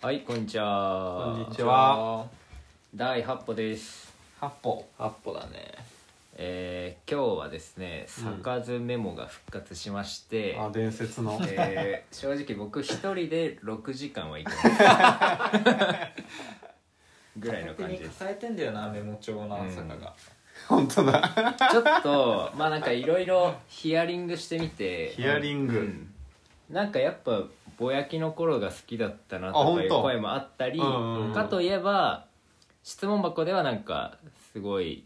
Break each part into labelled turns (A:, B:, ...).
A: はいこんにちは
B: こんにちは
A: 第8歩です
B: 八歩
C: 八歩だね
A: えー今日はですね
B: うん
A: 坂津メモが復活しまして、
B: あ伝説の
A: えー正直僕一人で6時間はいけない ぐらいの感じです
C: 抱えてんだよなメモ帳の
A: うん
C: 坂が
B: 本当だ
A: ちょっとまあなんかいろいろヒアリングしてみて
B: ヒアリング、
A: うんなんかやっぱぼやきの頃が好きだったなとかいう
B: あ本当
A: 声もあったり
B: うんうんうん
A: かといえば質問箱ではなんかすごい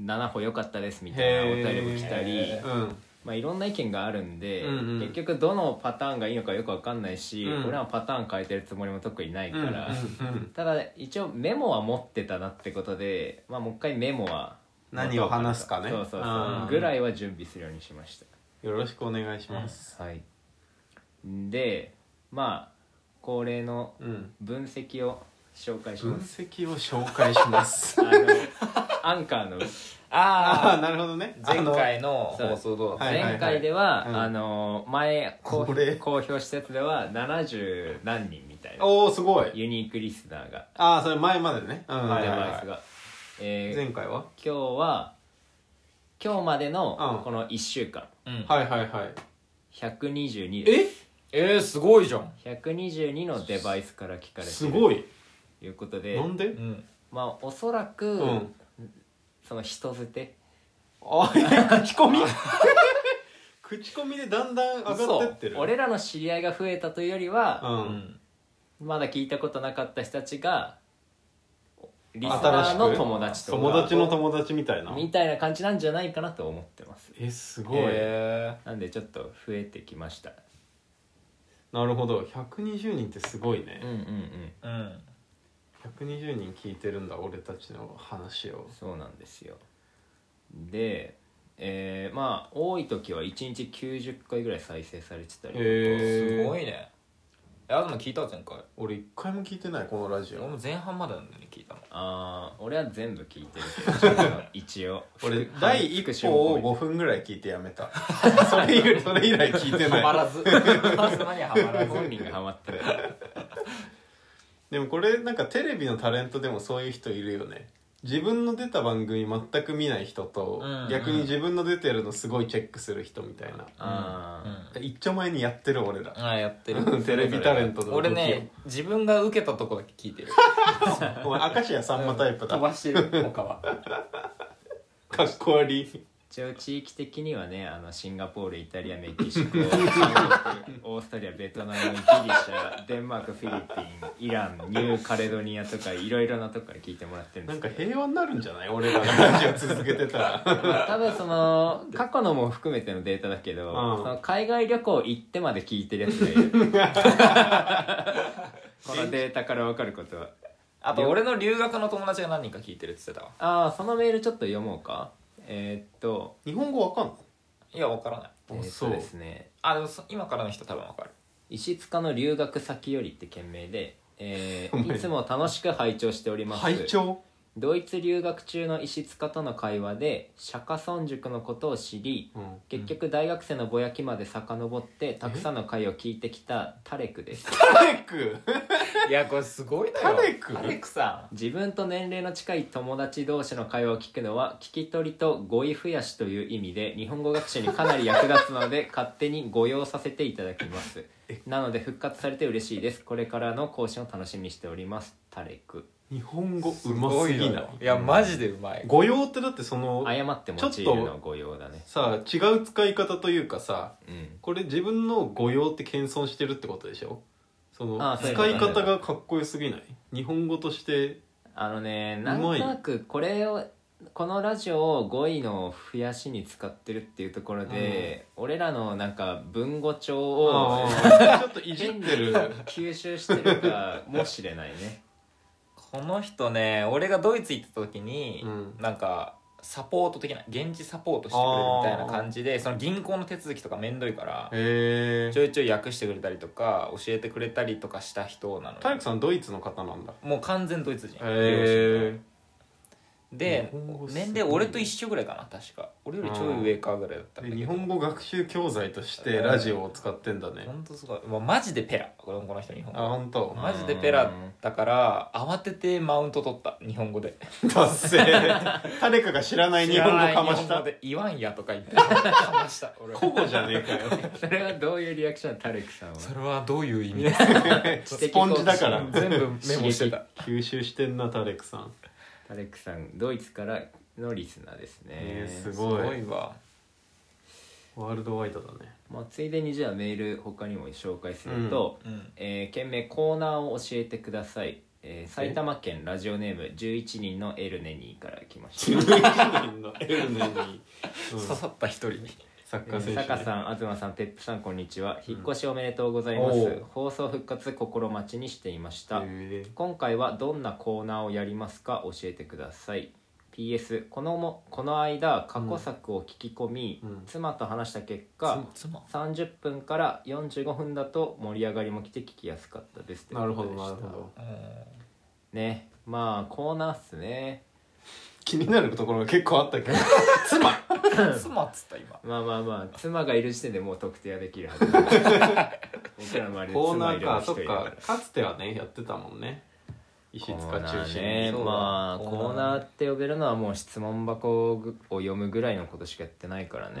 A: 7歩良かったですみたいなお
B: へー
A: 便りも来たり
C: へ、
B: うん
A: まあ、いろんな意見があるんで、
B: うんうん
A: 結局どのパターンがいいのかよく分かんないし、
B: うん
A: 俺はパターン変えてるつもりも特にない
B: うんう
A: か
B: ん
A: ら、
B: うん
A: ただ一応メモは持ってたなってことで、まあ、もう一回メモは
B: 何を話すかね
A: そうそう
B: あ
A: そう
B: ー
A: ぐらいは準備するようにしました。
B: よろしくお願いします
A: はい、でまあ恒例の
B: うん
A: 分析を紹介し
B: 分
A: ます、
B: 析を紹介します
A: あのア ンカーの
B: あ
C: あ
B: あなるほどね
C: あ前回の
A: そう
C: 放送どうだっ
B: はいはいはい
A: 前回では、
B: うん
A: あの前公
B: これ
A: 公表したやつでは70何人みたい
B: あ
A: な
B: のおおすごい
A: ユニークリスナーが
B: ああそれ前までねうん
A: 出
B: はいはい
A: ます
B: は
A: が、えー
B: い前回は
A: 今日は今日までの
B: うん
A: この1週間
C: たうん
B: はいはいはい
A: 122です
B: え
C: えーすごいじゃん
A: 122のデバイスから聞かれて
B: す
A: る
B: ごい
A: ということで
B: なんで
C: うん
A: まあおそらく、
B: うん
A: その人捨て
B: あいや口コミ口コミでだんだん上がってってる
A: 俺らの知り合いが増えたというより
B: う
A: は、
B: ん
A: まだ聞いたことなかった人たちがリスナ
B: 新し
A: ー
B: く
A: の友達とか
B: 友達の友達みたいな
A: みたいな感じなんじゃないかなと思ってます
B: えすごい、
C: え
A: なんでちょっと増えてきました
B: なるほど120人ってすごい
A: うんう
B: ね、
A: んうん
C: ーうん
B: 120人聞いてるんだ俺たちの話を
A: そうなんですよでえーまあ多い時は1日90回ぐらい再生されてたりとか
B: へ
C: す
B: え
C: ごいねえあでも聞いた前回
B: 俺一回も聞いてないこのラジ
C: 俺
B: オ
C: も前半までなのに聞いたの
A: あー俺は全部聞いてるけどちょ っと一応
B: 俺
A: 復
B: 第
A: 復
B: 一
A: 習も込
B: 歩
A: めて
B: を5分ぐらい聞いてやめた それ以来それ以来聞いて
C: はま
B: ない
C: らずはまらず何はまらず
A: 本人がハマってる
B: でもこれなんかテレビのタレントでもそういう人いるよね自分の出た番組全く見ない人と、
C: うんうん
B: 逆に自分の出てるのすごいチェックする人みたいな、
A: あー
B: 一丁前にやってる俺ら
C: ああやってる
B: テレビタレントの時を
C: 俺ね自分が受けたとこだけ聞いてる
B: お前明石家さんまタイプだ
C: 飛ばしてる他は
B: かっこ悪い
A: 一応地域的にはねあのシンガポールイタリアメキシコ 中国オーストリアベトナムギリシャデンマークフィリピンイランニューカレドニアとかいろいろなとこから聞いてもらってるんで
B: なん
A: す
B: か
A: けど
B: 平和になるんじゃない俺らのラジオ続けて たら
A: まあ多分その過去のも含めてのデータだけど、
B: うん
A: その海外旅行行ってまで聞いてるやつで このデータから分かることは
C: あと俺の留学の友達が何人か聞いてるって言ってたわ
A: ああそのメールちょっと読もうかえーっと
B: 日本語わかん
C: いや分からない
A: え
B: の
A: ーっとですね
C: あでもそ今からの人多分分かる
A: 石塚の留学先よりって件名で、え
B: お
A: ー、
B: 前
A: いつも楽しく拝聴しております
B: 拝聴
A: ドイツ留学中の石塚との会話で釈迦村塾のことを知り
B: うん
A: 結局大学生のぼやきまで遡ってたくさんの会を聞いてきたタレクです
B: タレク
C: いやこれすごいのよ
B: タレク
C: タレクさ
A: 自分と年齢の近い友達同士の会話を聞くのは聞き取りと語彙増やしという意味で日本語学習にかなり役立つので勝手にご用させていただきますなので復活されて嬉しいですこれからの更新を楽しみにしておりますタレク
B: 日本語
C: ん
B: うますぎない
C: いやマジでうまい
B: 語用ってだってその
A: 誤って用いるのはご用だね
B: さあ違う使い方というかさ
A: うん
B: これ自分の語用って謙遜してるってことでしょその
A: あそういうこ
B: 使
A: と
B: い方がかっこよすぎない日本語として
A: あのね
B: う
A: な
B: ま
A: ん
B: い
A: となくこれをこのラジオを語彙の増やしに使ってるっていうところで、俺らのなんか文語帳を
B: ああちょっといじっ
A: 変に
B: てる
A: 吸収してるかもしれないね
C: この人ね俺がドイツ行った時に、
B: うん
C: なんかサポート的な現地サポートしてくれるみたいな感じでその銀行の手続きとかめんどいから
B: へ
C: ち
B: え
C: ょいちょい訳してくれたりとか教えてくれたりとかした人なのよ
B: タレクさんドイツの方なんだ
C: もう完全ドイツ人
B: へえ
C: で
B: 日本語すごい
C: 年齢俺と一緒ぐらいかな確か俺よりちょい上かぐらいだったんだ
B: で
C: けど
B: 日本語学習教材としてラジオを使ってんだね
C: ほんとすごい、まあ、マジでペラこれこの人日本
B: あ
C: 語
B: 本当
C: マジでペラだから慌ててマウント取った日本語で
B: 達成誰かが知らない日本語かまし
C: 知ら
B: た
C: ない日本語で言わんやとか言ってかました俺
B: 古語じゃねえかよ
A: それはどういうリアクションタレクさんは
C: それはどういう意味です
B: スポンジだから
C: 全部メモしてた
B: 吸収してんなタレックさん
A: タレックさんドイツからのリスナーですね、
B: えーす
C: す
B: ごい
C: ごいわ
B: ワールドワイドだね
A: まあ、ついでにじゃあメール他にも紹介すると、
C: うん
A: えー件名コーナーを教えてください、えー埼玉県ラジオネーム11人のエルネニーから来ました、
B: 11人のエルネに、うん
C: 刺さった一人に
B: サッ
A: え
B: カー選手
A: ー、
B: ね
A: 坂さん東さんペップさんこんにちは引っ越しおめでとうございます、
B: おう
A: 放送復活心待ちにしていました、
B: え
A: 今回はどんなコーナーをやりますか教えてください PS このもこの間過去作を聞き込み、
B: うん
A: 妻と話した結果、
C: つ妻
A: 30分から45分だと盛り上がりもきて聞きやすかったです
B: ーなるほど
A: という
B: な
A: こ
B: る
A: とでした
B: ほど
A: ねまあコーナーっすね
B: 気になるところが結構あったけど妻
C: うん妻っつった今
A: まあまあまあ妻がいる時点でもう特定はできるはず 僕らの周りで妻いる人い
B: コーナーかそっ
A: るから
B: かかつてはねやってたもんね石塚
A: コーナ
B: 中
A: ー
B: 心
A: ね
B: にそう
A: まあ
C: コーナ
A: コ
C: ー
A: ーナーって呼べるのはもう質問箱を読むぐらいのことしかやってないからね
B: う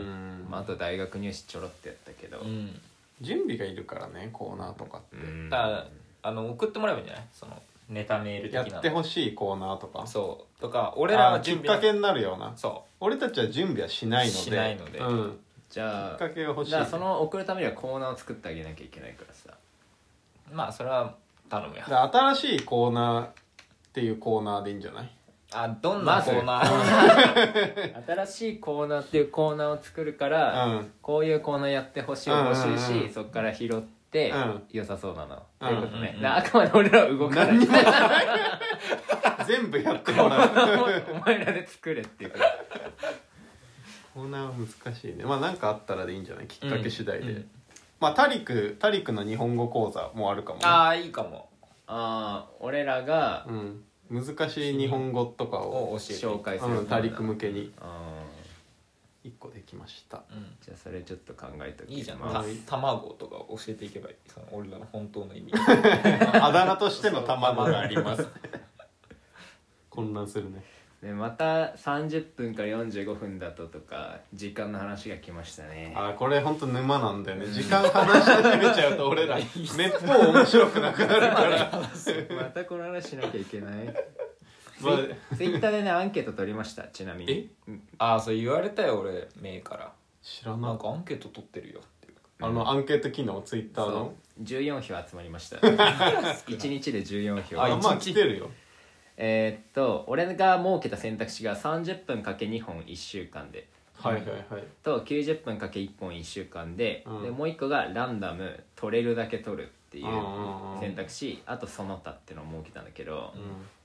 B: ん
A: まあ、あと大学入試ちょろってやったけど、
C: うん
B: 準備がいるからねコーナーとかって、
A: うん
C: だからあの送ってもらえばいいんじゃないそのネタメール的
B: や
C: なの
B: ってほしいコーナーとか
C: そうとか俺ら
B: あ
C: は
B: ーきっ
C: 準備
B: かけになるような
C: そ
B: 俺たちは準備はしないので
C: しないので
B: うん、き
A: じゃ
B: っ
A: あ
B: かけが欲しい
A: じゃあその送るためにはコーナーを作ってあげなきゃいけないからさ
C: うまあそれは頼むよ
B: だから新しいコーナーっていうコーナーでいいんじゃない
C: あどんなコーナー、
A: 新しいコーナーっていうコーナーを作るから、
B: うん
A: こういうコーナーやってほしいを募集し、
B: うんうんうん
A: そこから拾って、
B: うん
A: 良さそうなの、
B: うん
A: ということね、
C: うんうん
A: なあくまで俺らは動かない
B: 何にも全部やっても らう
A: お前らで作れっていうこと
B: コーナーは難しいねまあ何かあったらでいいんじゃないきっかけ次第で、
C: うんうん
B: まあタリクタリクの日本語講座もあるかも、ね
C: ああいいかも
A: ああ俺らが
B: うん、難しい日本語とかを、
C: を教えて
A: 紹介する
B: うん、タリク向けに
A: あ
B: 1個できました
C: うん
A: ーじゃあそれちょっと考えとき
C: いいじゃん、
A: ま
B: あ
A: す
C: た卵とか教えていけばいいその俺らの本当 の意味
B: あだ名としての卵があり ます混乱するね
A: でまた30分から45分だととか時間の話が来ましたね
B: あーこれ本当沼なんだよね時間話し始めちゃうと俺らめっぽう面白くなくなる から
A: またこの話しなきゃいけない
B: まあ
A: ツイッターでねアンケート取りましたちなみに
C: ああそう言われたよ俺メイから
B: 知ら
C: なん
B: な
C: かアンケート取ってるよって
B: あのアンケート機能ツイッターの
A: そう14票集まりました 一日で14票
B: あ
C: 一日
B: まあ来てるよ
A: えーっと俺が設けた選択肢が30分かけ2本1週間で
B: はいはいはい
A: と90分かけ1本1週間で,、
B: うん
A: でもう一個がランダム取れるだけ取るっていう
B: うんうんうん
A: 選択肢あとその他っていうのを設けたんだけど、
B: うん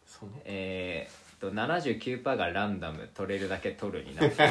B: その
A: えーっと79%がランダム取れるだけ取るになって、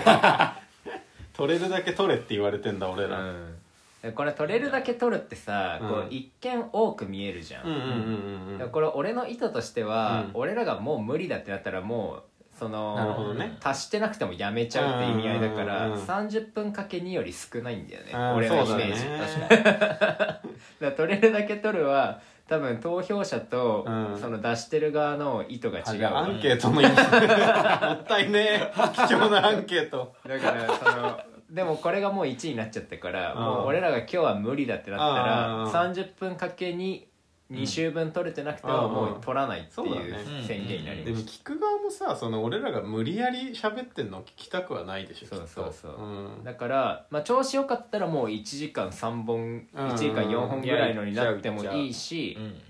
B: 取れるだけ取れって言われてんだ俺
A: う
B: ら
A: んでこれ取れるだけ取るってさ、こ
B: う
A: うん一見多く見えるじゃ
B: うんうんうんうん
A: でもこれ俺の意図としては、
B: うん
A: 俺らがもう無理だってなったらもうそ
B: なるほ
A: の、
B: どね
A: 足してなくてもやめちゃうって意味合いだから、
B: うんうんうん
A: 30分かけ2より少ないんだよね、
B: あー
A: 俺のイ
B: そう
A: メー
B: だ
A: ジ、
B: ね
A: 確かにだから取れるだけ取るは多分投票者と、
B: うん
A: その出してる側の意図が違う
B: ア
A: わ
B: ンケートの意 味もったいねえ貴重なアンケート
A: だからそのでもこれがもう1位になっちゃったから
B: うん
A: もう俺らが今日は無理だってなった
B: うん
A: ら30分かけに2週分取れてなくても
B: うん
A: もう取らないってい
B: そうだね
A: う宣言になりました
B: でも聞く側もさその俺らが無理やり喋ってんの聞きたくはないでしょ
A: そう
B: きっと
A: そうそう
B: うん
A: だから、まあ、調子よかったらもう1時間3本
B: うん
A: 1時間4本ぐらいのになってもいいし
C: うん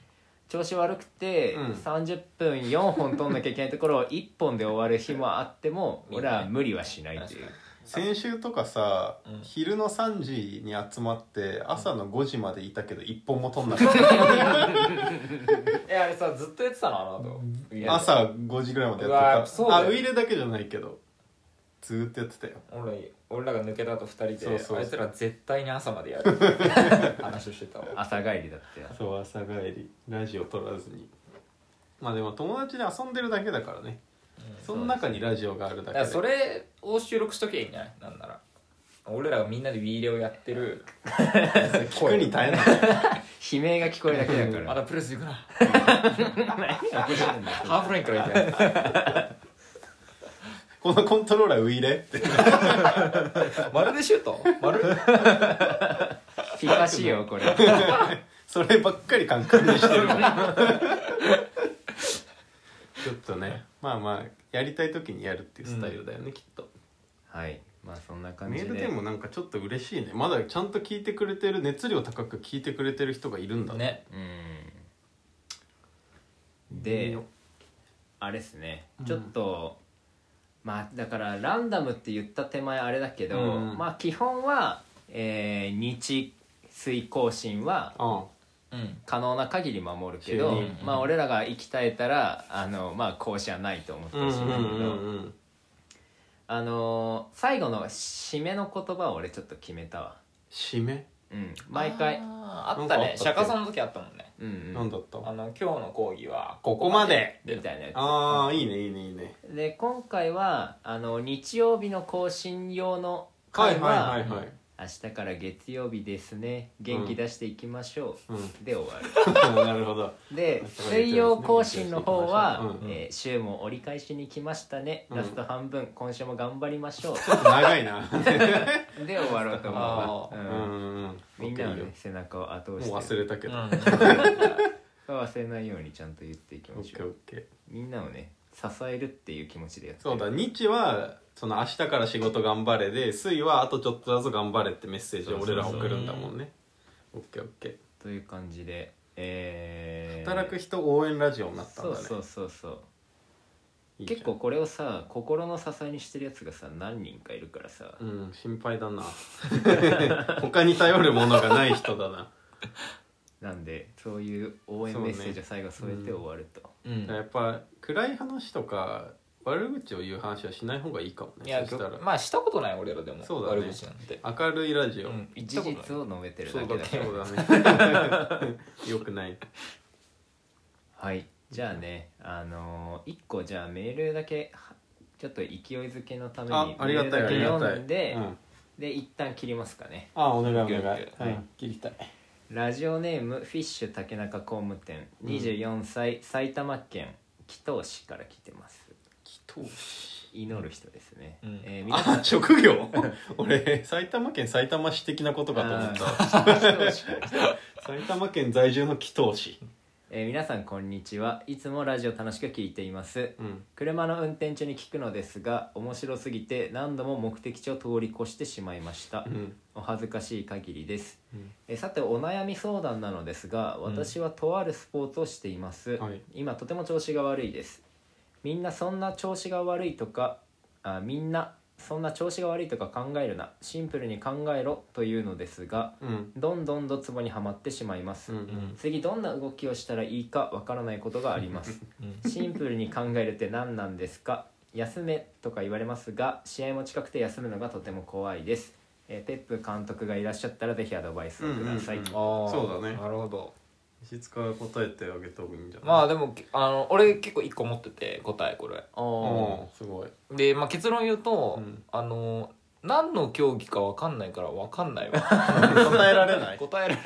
A: 調子悪くて
B: うん
A: 30分4本取んなきゃいけないところを1本で終わる日もあっても
C: うん
A: 俺は無理はしないっていう
C: 確
B: 先週とかさ、
C: うん
B: 昼の3時に集まって朝の5時までいたけど一本も取んなか った
C: えあれさずっとやってたのあの後
B: 朝5時ぐらいまで
C: うわ
B: や
C: ー
B: って
C: そ
B: た
C: うだ
B: あ
C: よ
B: ウイイレだけじゃないけどずーっとやってたよ
C: 俺俺らが抜けた後二人で
B: そうそうそう
C: あいつら絶対に朝までや る話をしてたわ
A: 朝帰りだってや
B: そう朝帰りラジオ撮らずにまあでも友達で遊んでるだけだからねその中にラジオがあるだ
C: だ
B: け
C: か
B: で
C: らそれを収録しときゃいいんじゃないなんなら俺らがみんなで Wii レをやって る
B: 聞くに耐えない
A: 悲鳴が聞こえるだけだか
C: ま
A: ら
C: だプレス行くな
A: 何が起こってんだよ
C: ハーフラインからいいんじゃない
B: このコントローラーウイレって
C: 丸でシュート丸
A: ピカシよこれ
B: そればっかりカンカンにして るからちょっとねまあまあやりたい時にやるっていうスタイルだよね、きっと
A: はいまあそんな感
B: メ
A: じで
B: ールでもなんかちょっと嬉しいねまだちゃんと聞いてくれてる熱量高く聞いてくれてる人がいるんだ
C: ね
A: うんであれですね
B: うん
A: ちょっと、まあだからランダムって言った手前あれだけど、
B: うん
A: まあ基本は、えー日水更新は
B: あ
C: うん
A: 可能な限り守るけど、
B: 週に
A: まあ俺らが息絶えたらあのまあ更新はないと思って
B: あうんう
A: ほしいんだけど、
B: んうんうん
A: あのー最後の締めの言葉を俺ちょっと決めたわ
B: 締め
A: うん毎回
C: あーあ
B: な
C: っ
B: んかあったっ
C: たね
B: け
C: 釈迦さんの時あったもんね
A: うんうん
B: なんだった
C: あの今日の講義は
B: ここまで
A: みたいなやつ
B: ああいいねいいねいいね
A: で今回はあの日曜日の更新用の
B: はい
A: 回は,、
B: はいはい はい
A: 明日から月曜日ですね元気出していきましょう、
B: う
A: で終わる
B: んなるほど
A: で
B: 明日から月曜日ですね
A: 水曜更新の方は、
B: うん
A: えー週も折り返しに来ましたね、
B: うん
A: ラスト半分今週も頑張りましょ
B: ちょっと長いな
A: うで終わろう と思うわ
C: あ
B: う
A: うんん
B: うん
A: みんなの、
B: いい
A: ね
B: よ、
A: 背中を後
B: もう
A: 押して
B: 忘れたけ
C: う
B: ど、
C: ん
B: オッ
A: 忘れないようにちゃんと言っていきまし
B: ケ
A: ょ
B: ーオ
A: う
B: ッケー
A: みんなをね支えるっていう気持ちでやって
B: そうだ日はその明日から仕事頑張れで水はあとちょっとだぞ頑張れってメッセージを俺ら送るんだもんねオッケーオッケ
A: という感じで、えー
B: ー働く人応援ラジオになったんだね
A: そうそうそうそう
B: いいじゃん
A: 結構これをさ心の支えにしてるやつがさ何人かいるからさ、
B: うん心配だな 他に頼るものがない人だな
A: なんでそういう応援メッセージを最後添えて終わると、
C: うん
B: やっぱ暗い話とか悪口を言う話はしない方がいいかも
C: い
B: ね
C: や
B: そしたら
C: まあしたことない俺らでも
B: そうだね
C: 悪口なんて
B: 明るいラジオ、
C: うん言っ
A: 事
C: たこと
A: 実
C: ない
A: を述べてるだけだか
B: そ
A: ら
B: うだねよくない
A: はいじゃあねあのー、1個じゃあメールだけはちょっと勢いづけのため
B: あ
A: に
B: あ
A: メー
B: りが
A: ル
B: たい
A: だ
B: あ
A: け
B: りがた
A: 読
B: い
A: んで、
B: うん
A: で一旦切りますかね
B: あお願いお願い、
C: オッケーオッケ
A: ー
B: はい、切りたい
A: ラジオネームフィッシュ竹中工務店
B: うん
A: 24歳、埼玉県紀東市から来てます
B: 祈祷
A: 祈る人ですね、
C: うん
A: えー皆さん
B: あ職業 俺埼玉県埼玉市的なことかと思った
A: あー紀藤市
B: 埼玉県在住の祈祷師
A: えー皆さんこんにちはいつもラジオ楽しく聞いています
B: うん
A: 車の運転中に聞くのですが面白すぎて何度も目的地を通り越してしまいました
B: うん
A: お恥ずかしい限りです、
B: うん
A: えーさてお悩み相談なのですが私はとあるスポーツをしています、
B: はい
A: 今とても調子が悪いですみんなそんな調子が悪いとかあみんなそんな調子が悪いとか考えるなシンプルに考えろというのですが
B: うん
A: どんどんどつぼにはまってしまいます、
B: うんうん
A: 次どんな動きをしたらいいかわからないことがあります
C: うん
A: シンプルに考えるって何なんですか休めとか言われますが試合も近くて休むのがとても怖いです、えーペップ監督がいらっしゃったらぜひアドバイスをください、
B: うんうんうん
C: あー
B: そうだね
C: なるほど
B: 石塚が答えてあげた方がいいんじゃない
C: まあ
B: あ
C: でもあの俺結構一個持ってて答えこれ
A: お
B: すご い
C: で、まあ、結論言うと、
B: うん
C: あの何の競技か分かんないから分かんない わ
B: 答えられない
C: 答えられ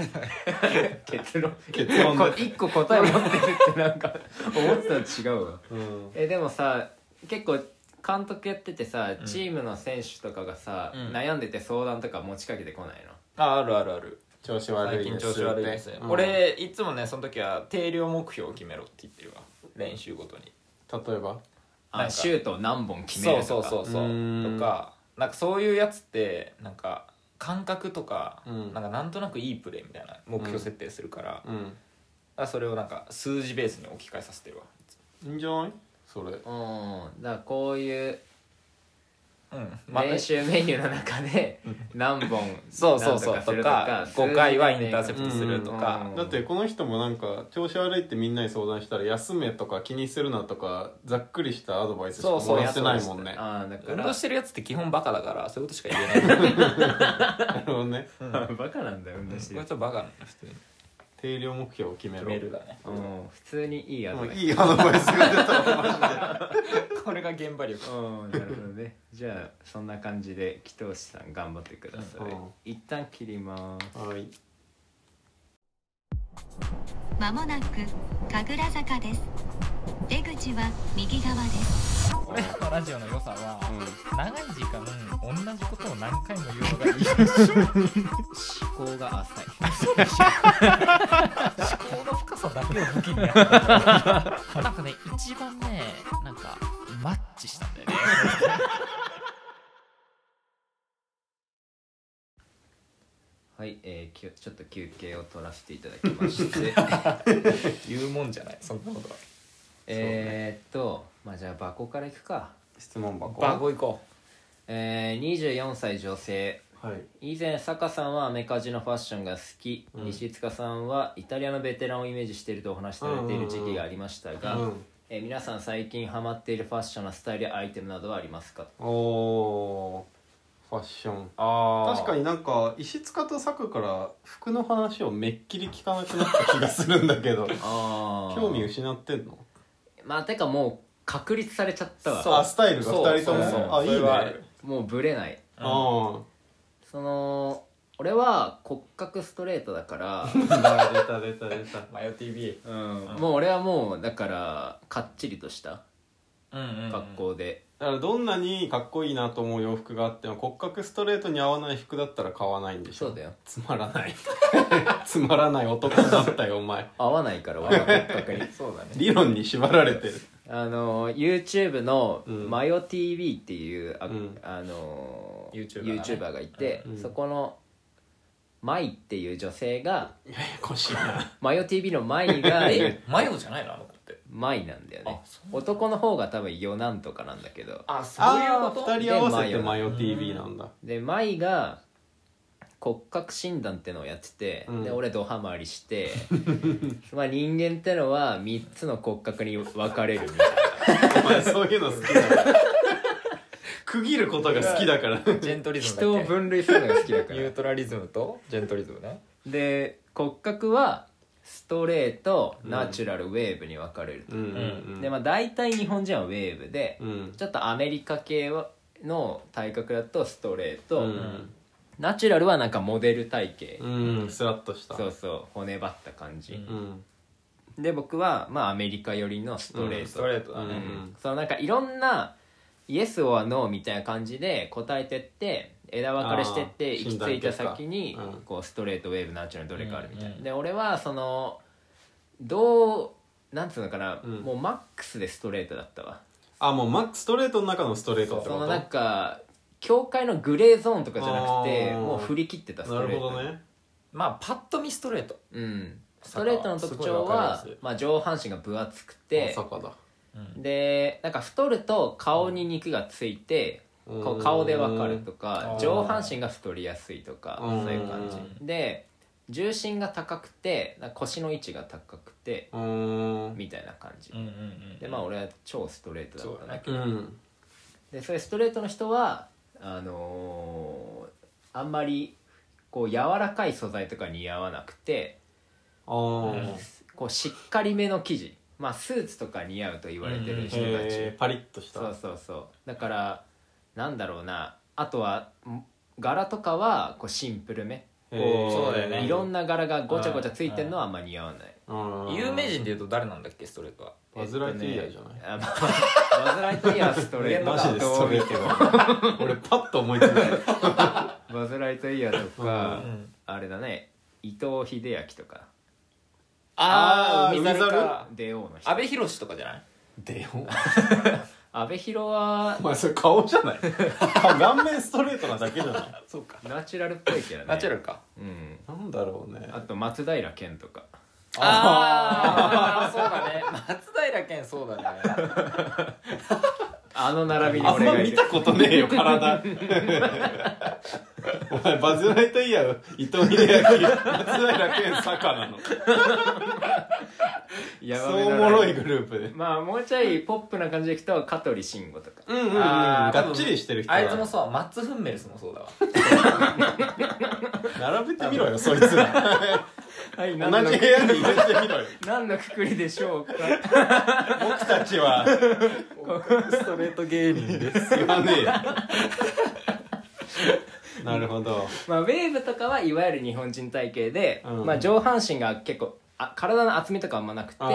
A: ー結論
B: 結論だ
A: これ一個答え持ってるってなんか思ってたの違うわ
B: うん
A: えでもさ結構監督やっててさ、
C: うん
A: チームの選手とかがさ、
C: うん
A: 悩んでて相談とか持ちかけてこないの
C: ああるあるある
B: 調子
C: 最
B: 悪い
C: 近
B: です
C: 調子悪いですね、
B: ってうん例え
C: 俺いつもねその時は定量目標を決めろって言ってるわ練習ごとに
B: ば
A: あ
C: なんか
A: シュート何本決める
C: そう
A: とか
C: そうそうそう
B: うーん
C: とかなんかそういうやつってなんか感覚とか、
B: うん
C: なんかなんとなくいいプレーみたいな目標設定するから,、だか
B: うん
C: らそれをなんか数字ベースに置き換えさせてるわ
B: いいんじゃないそれ
A: うんだからこういう
C: うん、まあ
A: 練習メニューの中で何本
C: そうそうそう
A: 何
C: と
A: とか
C: か
A: するとか
C: 5回はインターセプトすると
A: うん
C: か
B: だってこの人もなんか調子悪いってみんなに相談したら休めとか気にするなとかざっくりしたアドバイスしかもらってないもんね
A: ああだか
C: 運
A: ら
C: 動してるやつって基本バカだからそういうことしか言え ない
B: なるほどね
A: バカなんだよ運動して
C: こい
A: る
C: つはバカなの普通に
B: 定量目標を決めろ
C: 決めるだね
A: うん普通にいいや
B: も
A: つ
B: ういいアドバイスが出たわマジで
C: これが現場力
A: うんなるほどねじゃあそんな感じで紀藤さん頑張ってください、
B: うん
A: 一旦切ります
B: はい
D: まもなく神楽坂です出口は右側です
C: 俺らのラジオの良さは
B: う
C: 長い時間同じことを何回も言うのがいい
A: 思考が浅い
C: 思考の深さだけを武器にやったなんかね一番ねなんかマッチしたんだよね
A: はい、えー、きゅちょっと休憩を取らせていただきまして
C: 言うもんじゃないそんなことは
A: えーっとまあじゃあ箱からいくか
B: ん質問箱
C: バゴ行こ
A: えー、24歳女性
B: はい
A: 以前坂さんはアメカジのファッションが好き、
B: うん
A: 西塚さんはイタリアのベテランをイメージしているとお話しされている時期がありましたが、
B: うん
A: えー皆さん最近ハマっているファッションのスタイルやアイテムなどはありますか
B: おーファッション
A: あ
B: 確かになんか石塚と佐久から服の話をめっきり聞かなくなった気がするんだけど
A: あー
B: 興味失ってんの
A: まあてかもう確立されちゃったわ
C: そう
B: あスタイルが2人と
A: そうそうそう
B: もあいい
C: そ
B: ね
C: れはある
A: もうブレないう
B: あー
A: その俺は骨格ストレートだから、
B: あ出た出た出た
C: マヨ TV
A: うん、もう俺はもうだからかっちりとした
C: うん
A: 格好で、
B: だからどんなにかっこいいなと思う洋服があっても骨格ストレートに合わない服だったら買わないんでしょ
A: そうだよ
B: つまらない つまらない男だったよお前
A: 合わないから俺は骨格に
C: そうだね
B: 理論に縛られてる
A: あの YouTube の
B: うん
A: マヨ TV っていうあ、
B: うん
A: あの
C: YouTuber がね
A: YouTuber がいて、
B: うん
A: そこのマイっていう女性が
B: ややこしいな
A: マヨ TV のマイ が
C: マヨじゃないのあの子って
A: マイなんだよね
C: あそ
A: 男の方が多分ヨなんとかなんだけど
C: あそ
B: ああ
A: と
B: 2人合わせて
A: でマ
B: マ
A: ヨ
B: ヨ TV なんだ
A: で舞が骨格診断ってのをやってて、
B: うん
A: で俺ドハマりして まあ人間ってのは3つの骨格に分かれるみたいな
B: お前そういうの好きだから区切ることが好きだから
C: ジェントリズムだ
A: 人を
C: っけ
A: 分類するのが好きだか
C: ニュー
A: ら
C: トラリズムとジェントリズムね
A: で骨格はストレートナチュラルウェーブに分かれると、
B: うんうんうん
A: でまあ大体日本人はウェーブで、
B: うん
A: ちょっとアメリカ系はの体格だとストレー
B: う
A: ト、
B: ん
A: ナチュラルはなんかモデル体型、
B: うんスラッとした
A: そううそう骨張った感じ、
C: うん
B: ん
A: で僕はまあアメリカ寄りのストレート、
B: うん
C: ストレートだ
A: う
C: ね、
A: ん、そのなんかいろんなイエス or ノーみたいな感じで答えてって枝分かれしてって
B: あー
A: 行き着いた先に
B: 診断結果うん
A: こうストレートウェーブナチュラルどれかあるみたいな、
C: うんうん
A: で俺はそのどうなんつうのかな、
B: うん
A: もうマックスでストレートだったわ
B: あもうマックストレートの中のストレートって
A: そ
B: こ
A: の
B: と
A: な
B: なん
A: か境界のグレーゾーンとかじゃなくて
B: あー
A: もう振り切ってたストレー
B: る
A: ト
B: ほどね
C: まあパッと見ストレート、
A: うんストレートの特徴
C: す
A: は
C: ごいわかりやすい
A: まあ、上半身が分厚くて
B: まさかだ
A: でなんか太ると顔に肉がついて、
B: うん
A: こう顔でわかるとか
C: うん
A: 上半身が太りやすいとか
B: うん
A: そういう感じで重心が高くてなんか腰の位置が高くて
B: うーん
A: みたいな感じ
C: うんうんうん、
A: でまあ俺は超ストレートだったんだけ
B: う
A: ど
B: ん
A: でそういうストレートの人はあのーあんまりこう柔らかい素材とか似合わなくて
B: あー
C: うん
A: こうしっかりめの生地まあスーツとか似合うと言われてる人たち
B: えーパリッとした
A: そうそうそうだからなんだろうなあとはん柄とかはこうシンプルめこ
B: へー
C: そうだよね
A: いろんな柄がごちゃごちゃついてるのはあんま似合わない
B: うん
C: 有名人でいうと誰なんだっけストレートは
B: バズライトイヤーじゃない
A: あまあバズ・ライトイヤーはストレート
B: マジでス
A: ど
B: ト
A: う
B: レ
A: 見
B: ー
A: ても
B: ト俺パッと思いついた
A: バズ・ライトイヤーとか、
B: うん
A: あれだね伊藤英明とか
B: あー
C: 海猿
B: 海
C: か
A: 出王の人
C: 阿部寛とかじゃない
B: でも
A: 阿部寛は
B: お前それ顔じゃない顔面ストレートなだけじゃない
C: そうか
A: ナチュラルっぽいけどね
C: ナチュラルか
A: うん
B: なんだろうね
A: あと松平健とか
C: ああそうだね松平健そうだね
A: あの並びに
B: あん
A: 俺
B: ま
A: がい
B: 見
A: る
B: たことねえよ体お前バズライトイヤー伊藤英明松平健坂なの
A: やば
B: そ
A: め
B: うお
A: な
B: もろ
A: 並
B: い
A: び
B: グループで
A: まあもうちょいポップな感じでいくと香取慎吾とか
B: うんうんうん
C: あー
B: がっちりしてる人だ
C: あいつもそうマッツ・フンメルスもそうだわ
B: 並べてみろよそいつら
A: はい
B: 同
A: 何の
B: じ部屋に入れてみろよ
A: 何のくくりでしょうか
B: 僕たちは
E: ストレート芸人です
B: 言わねえよ なるほど
A: まあ、ウェーブとかはいわゆる日本人体型で、
B: うん
A: まあ、上半身が結構あ体の厚みとかあんまなくて
B: うんう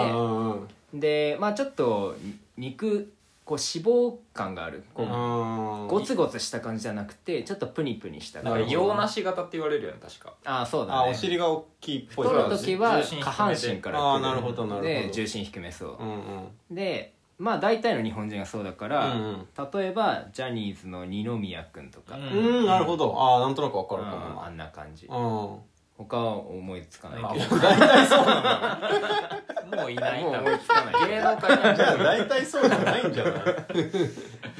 B: んうん
A: で、まあ、ちょっと肉こう脂肪感があるこう、
B: うん
A: ゴツゴツした感じじゃなくてちょっとプニプニした
E: なん
A: 感
E: か
A: じ
B: なるほ
E: 洋
B: ど
E: 梨型って言われるよね確か
A: ああそうだ
B: あ
A: ね
B: お尻が大きいっぽい
A: 太る時は
E: 重心低めで
A: 下半身から
B: ああ
A: 来る
B: なるほどなるほど
A: で重心低めそう
B: う、んうん
A: でまあ大体の日本人がそうだから、
B: うん
A: 例えばジャニーズの二宮君とか、
C: う
A: うん
C: ん
B: うんなるほどああなんとなくわかるか
A: あ
B: も
A: んな感じ、
B: なうん
A: 他は思いつかない
E: まあ
A: けど、
E: もういない
A: もう
E: 多
A: 思い
E: 分
A: つかない
E: 芸能界なんじ
B: じゃ
E: ゃ
B: あ
E: ない
B: 大体そうじゃないんじゃな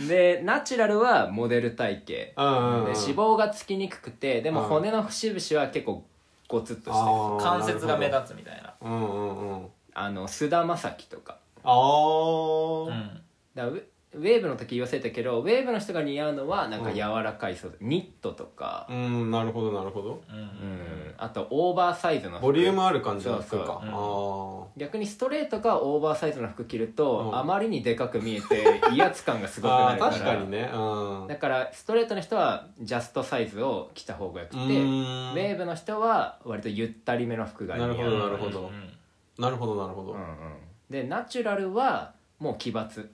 B: い
A: でナチュラルはモデル体型
B: うんうん
A: で脂肪がつきにくくてでも骨の節々は結構ゴツッとしてる
B: あー
E: 関節が目
B: なる
E: 立つみたいな
B: ほどうんうんうん
A: あの菅田将暉とか
B: あ
E: う
B: ー
E: ん
A: だからウェウェーブの時言わせたけどウェーブの人が似合うのはなんか
B: うん
A: 柔らかい素材、ニットとか
B: う、んなるほどなるほど
E: う
A: うんん、あとオーバーサイズの服
B: ボリュームある感じの
A: そ
B: 服
A: う
B: か
A: そう
E: う
B: あ
E: ん
B: ー
A: 逆にストレートがオーバーサイズの服着ると、
B: うん
A: あまりにでかく見え て威圧感がすごくな
B: あ
A: る
B: ー
A: から
B: 確かにねうん
A: だからストレートの人はジャストサイズを着た方がよくてウ
B: う
A: ェ
B: ーん
A: ーブの人は割とゆったりめの服が似合う
B: なるほどなるほど
E: うん
B: なるほどなるほど、
A: うんうん、でナチュラルはもう奇抜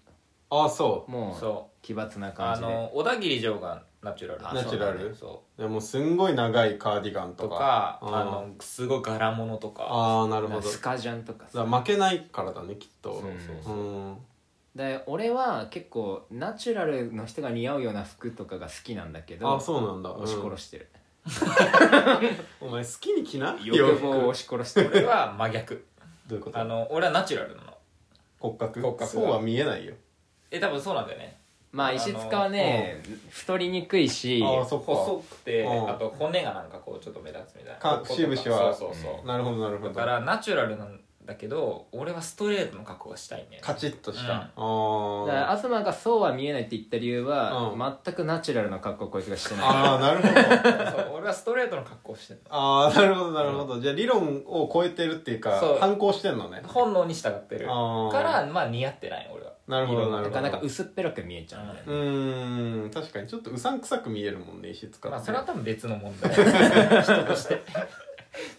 B: ああそ
A: もう
E: そ
A: 奇抜な
E: うあ
A: 感じで
E: の小田切城がナチュラル
A: あ
B: ナチュラル
E: そう
B: うでもすんごい長いカーディガンと
E: と
B: か
E: か
B: うん
E: あのすごい柄物とか
B: ああなるほど
A: スカジャンとか
B: だ
A: さ
B: から負けないからだねきっと
A: そうそう
E: そう
B: うん
A: で俺は結構ナチュラルの人が似合うような服とかが好きなんだけど
B: あそうなんだ
A: 押し殺してる、
B: うんお前好きに着な
A: 欲望を押し殺してる
E: 俺は真逆
B: どういうこと
E: あの俺はナチュラルなの
B: 骨格
E: 骨格が
B: そうは見えないよ
E: え多分そうなんだよね
A: まあ石塚はね、太りにくいし
B: ああそっ
E: 細
B: か
E: くて
B: うん
E: あと骨がなんかこうちょっと目立つみたいな
B: か
E: こことか
B: 節々は
E: そうそうそう
B: なるほどなるほ
E: だ
B: ど
E: からナチュラルなんだけど俺はストレートの格好がしたいね
B: カチッとした、
E: うん
B: あ
A: だから
B: ー
A: 東がそうは見えないって言った理由は、
B: うん
A: 全くナチュラルな格好こいつがしてない
B: あーなるほど
E: そう俺はストレートの格好をしてる
B: あーなるほどなるほど、じゃあ理論を超えてるっていうか
E: そう
B: 反抗してんのね
E: の本能に従ってるか
B: あー
E: らまあ似合ってない俺は
B: なるほどなる
A: な
B: ほ
A: んか
B: ど
A: なんか薄っぺらく見えちゃうんだよね
B: うーん確かにちょっとうさんくさく見えるもんね石塚っ
E: ま
B: て、
E: あそれは多分別の 問題人と して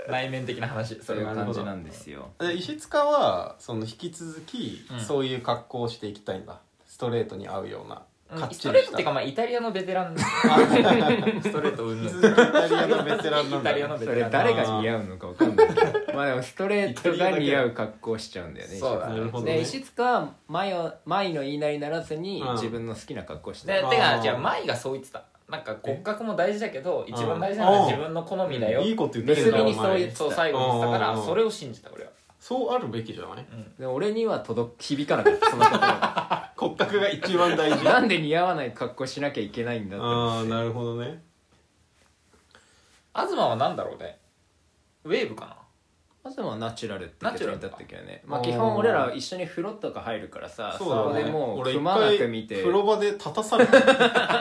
E: 内面的な話そ
A: そう
E: れ
A: い
E: は
A: う感じなんですよ
B: で石塚はその引き続き、
E: うん
B: そういう格好をしていきたいんだストレートに合うような
E: うん
B: かっちり
E: ス
B: した
E: トレートっていうかまあイタリアのベテランス
B: あ
E: トレートうん
B: 引
E: ぬ
B: き
E: ん
B: 続きイタリアのベテランなん
E: イタリア
B: だ
E: のベテ
A: そ
E: ラ
A: れ
E: ン
A: 誰が似合うのかわかんないけど まあでもストレートが似合う格好をしちゃうんだよね
E: そうだ
B: なるほど
A: で
B: ね
A: 石塚は前を前の言いなりならずに
B: うん
A: 自分の好きな格好をして
E: で
A: る
B: あー
E: てかじゃあ舞がそう言ってたなんか骨格も大事だけど一番大事なのは自分の好みだよ
B: いいこと言ってるんだ
A: 盗
B: よ
A: み
B: お
A: にそうい
B: 前
A: う
E: そう最後に言ってたか
B: うん
E: らそれを信じた俺は
B: そうあるべきじゃない
A: で俺には届く響かなかったその言 葉
B: 骨格が一番大事
A: がなんで似合わない格好しなきゃいけないんだって
B: ああなるほどね
E: 東はなんだろうねウェーブかな
A: まずはナチュラルって結論だったけどねまあ
B: ナチ
A: 基
B: ュラル
A: 本俺ら一緒に風呂とか入るからさそ
B: そうだ
A: こ
B: ね
A: でもう
B: 俺
A: く
B: 一
A: まな
B: 回
A: く見て
B: 風呂場で立たされた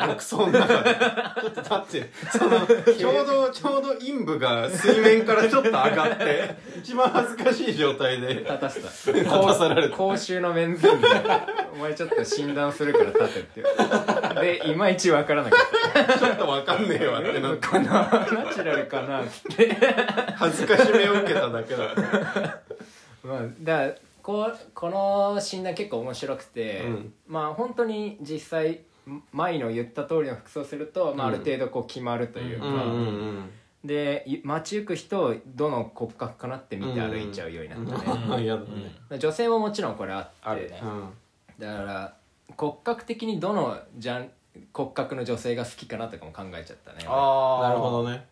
B: 浴槽の中でちょっと立ってそのちょうどちょうど陰部が水面からちょっと上がって一番恥ずかしい状態で
A: 立たせた
B: 立たされる
A: 公衆の面前でお前ちょっと診断するから立てって言われてでいまいちわからなかっ
B: ちょっとわかんねえわってなった
A: かなナチュラルかなって
B: て恥ずかしめを受けただけだ
A: まあだからこうこの診断結構面白くて、
B: うん
A: まあ本当に実際前の言った通りの服装すると、まあ、あ
B: うん
A: る程度こう決まるというか、
B: うんうん
A: でい街行く人をどの骨格かなって見て歩いちゃうようになったね、
B: うん嫌だね
A: 女性ももちろんこれあって
E: あるね
B: うんうん
A: だから骨格的にどのジャン骨格の女性が好きかなとかも考えちゃったね
E: あ
B: なるほどね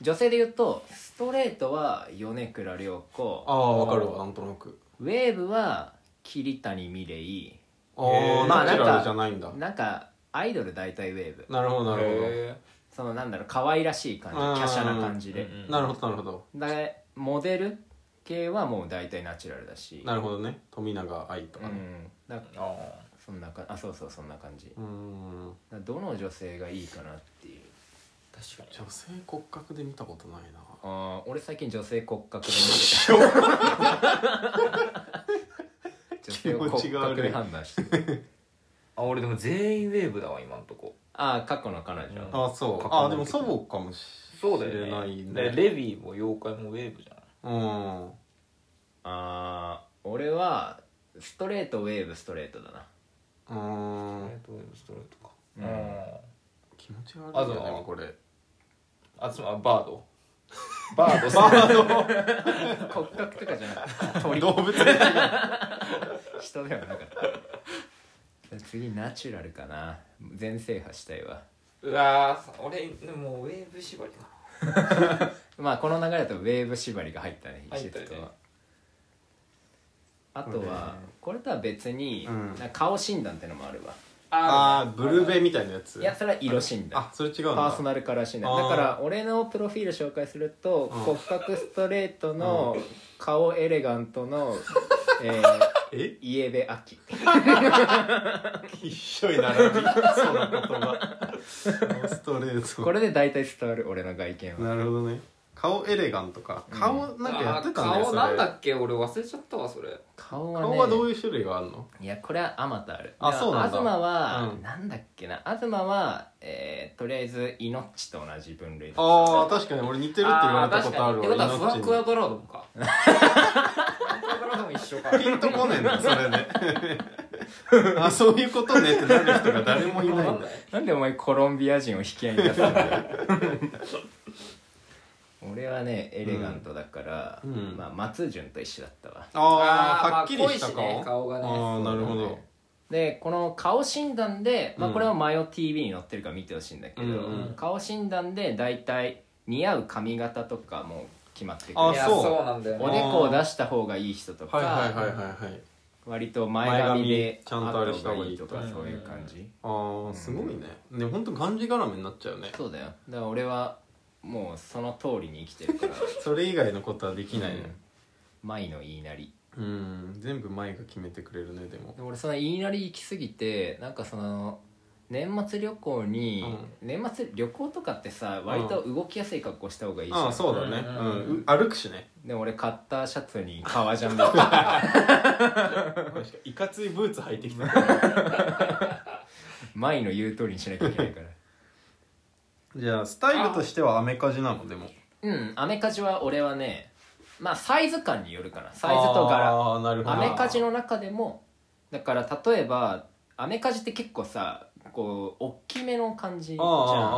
A: 女性で言うとストレートは米倉涼
B: あ
A: 子
B: あわかるわなんとなく
A: ウェーブは桐谷美玲
B: あ
E: へ
B: あ
E: ー
A: まあ
B: ナチュラ
A: なん
B: ル
A: か
B: じゃないんだ
A: なんかアイドル大体ウェーブ
B: なるほどなる
E: へ
A: そのなんだろう可愛らしい感じ
B: うん
A: 華奢な感じで
E: うん
B: ほどなるほどなるほど
A: でモデル系はもう大体ナチュラルだし
B: なるほどね富永愛と
A: う
B: かね
A: んだ
E: ーあ
A: そんなかあそうそうそんな感じだか
B: うん
A: らどの女性がいいかなっていう
E: 確かに
B: 女性骨格で見たことないな
A: あー俺最近女性骨格で 女性を骨格で判断してる
E: あ俺でも全員ウェーブだわ今んとこ
A: ああ過去の彼女、
E: うん
B: あそう
E: 過去の
B: あでも祖母かもし
E: そうだ
B: れな
E: よ
B: い
E: ね
B: ね
E: でレビィも妖怪もウェーブじゃない
B: うん
A: ああ俺はストレートウェーブストレートだな
B: うん
E: トウェーブストレートか
A: うん
B: 気持ち悪いよね
E: あそう
B: これ
E: あつまりバー ドバードバード
A: 骨格とかじゃなくて鳥
B: 動物で違う
A: 人ではなかった次ナチュラルかな全制覇したいわ
E: うわー俺でもウェーブ縛りかな
A: まあこの流れだとウェーブ縛りが入ったね一
E: 入った
A: 節
E: ね
A: とは、あとはこれとは別に、
B: うん
A: なんか顔診断ってのもあるわ
B: ああブルベみたいなやつ
A: いやそれは色診断
B: あそれ違うんだ
A: パーソナルカラー診断
B: あー
A: だから俺のプロフィール紹介すると
B: うん
A: 骨格ストレートの顔エレガント の、えー、
B: え
A: イエベアキ
B: 一緒に並びその言葉ストレート
A: これで大体伝わる俺の外見は
B: なるほどね顔エレガントか
A: うん
B: 顔なんかやってたんだよ
E: あー顔なんだ
B: それ
E: っけ俺忘れちゃったわそれ
A: 顔はね
B: 顔はどういう種類があるの
A: いやこれはあまたある
B: あそうなんだ
A: 東は、
B: うん
A: なんだっけな東は、えーとりあえずイノッチと同じ分類だ
B: ああ確かに俺似てるって言われたことある
E: ー確かにって
B: わ
E: ことは
B: イ
E: フ
B: ノッチ
E: ワ
B: に
E: クワドラードも かフワクワドラードも一緒か
B: ピンとこねえん だよそれであそういうことねってなる人が誰もいないんだ
A: なんでお前コロンビア人を引き合いに出すんだ よ俺はねエレガントだから、
B: うん
A: まあ、松潤と一緒だったわ
B: あ
E: あー
B: あはっきりした
E: まあ濃いし
B: 顔
E: ね顔がね
B: ああなるほど
A: でこの顔診断で、まあ、
B: うん
A: これはマヨ TV に載ってるから見てほしいんだけど、
B: うんうん
A: 顔診断で大体似合う髪型とかも決まってくる
B: あ
E: いや
B: そう
E: そうなんだよ
A: お
E: ね
A: でこを出した方がいい人とか、
B: はいはいはいはいはい
A: 割と前髪で
B: 前髪ちゃんとあれした方がいい
A: と
B: と
A: か
B: か
A: そういう感じ
B: ああすごいねね本当がんじがらめになっちゃうね
A: そうだよだから俺はもうその通りに生きてるから
B: それ以外のことはできないね
A: 舞の言いなり
B: うん全部前が決めてくれるねでも
A: で俺その言いなり行き過ぎてなんかその年末旅行に、年末旅行とかってさ割と動きやすい格好した方がいいじゃん、
B: ああそうだね
E: う
B: うんんう歩くしね
A: で俺買ったシャツに革ジャンだった
B: いかついブーツ履いてきたから
A: 舞の言う通りにしなきゃいけないから
B: じゃあスタイルとしてはアメカジなのでも
A: うんアメカジは俺はねまあサイズ感によるかなサイズと柄
B: ああなるほど
A: アメカジの中でもだから例えばアメカジって結構さこう大きめの感じじ
B: あああ
A: ゃん
B: あ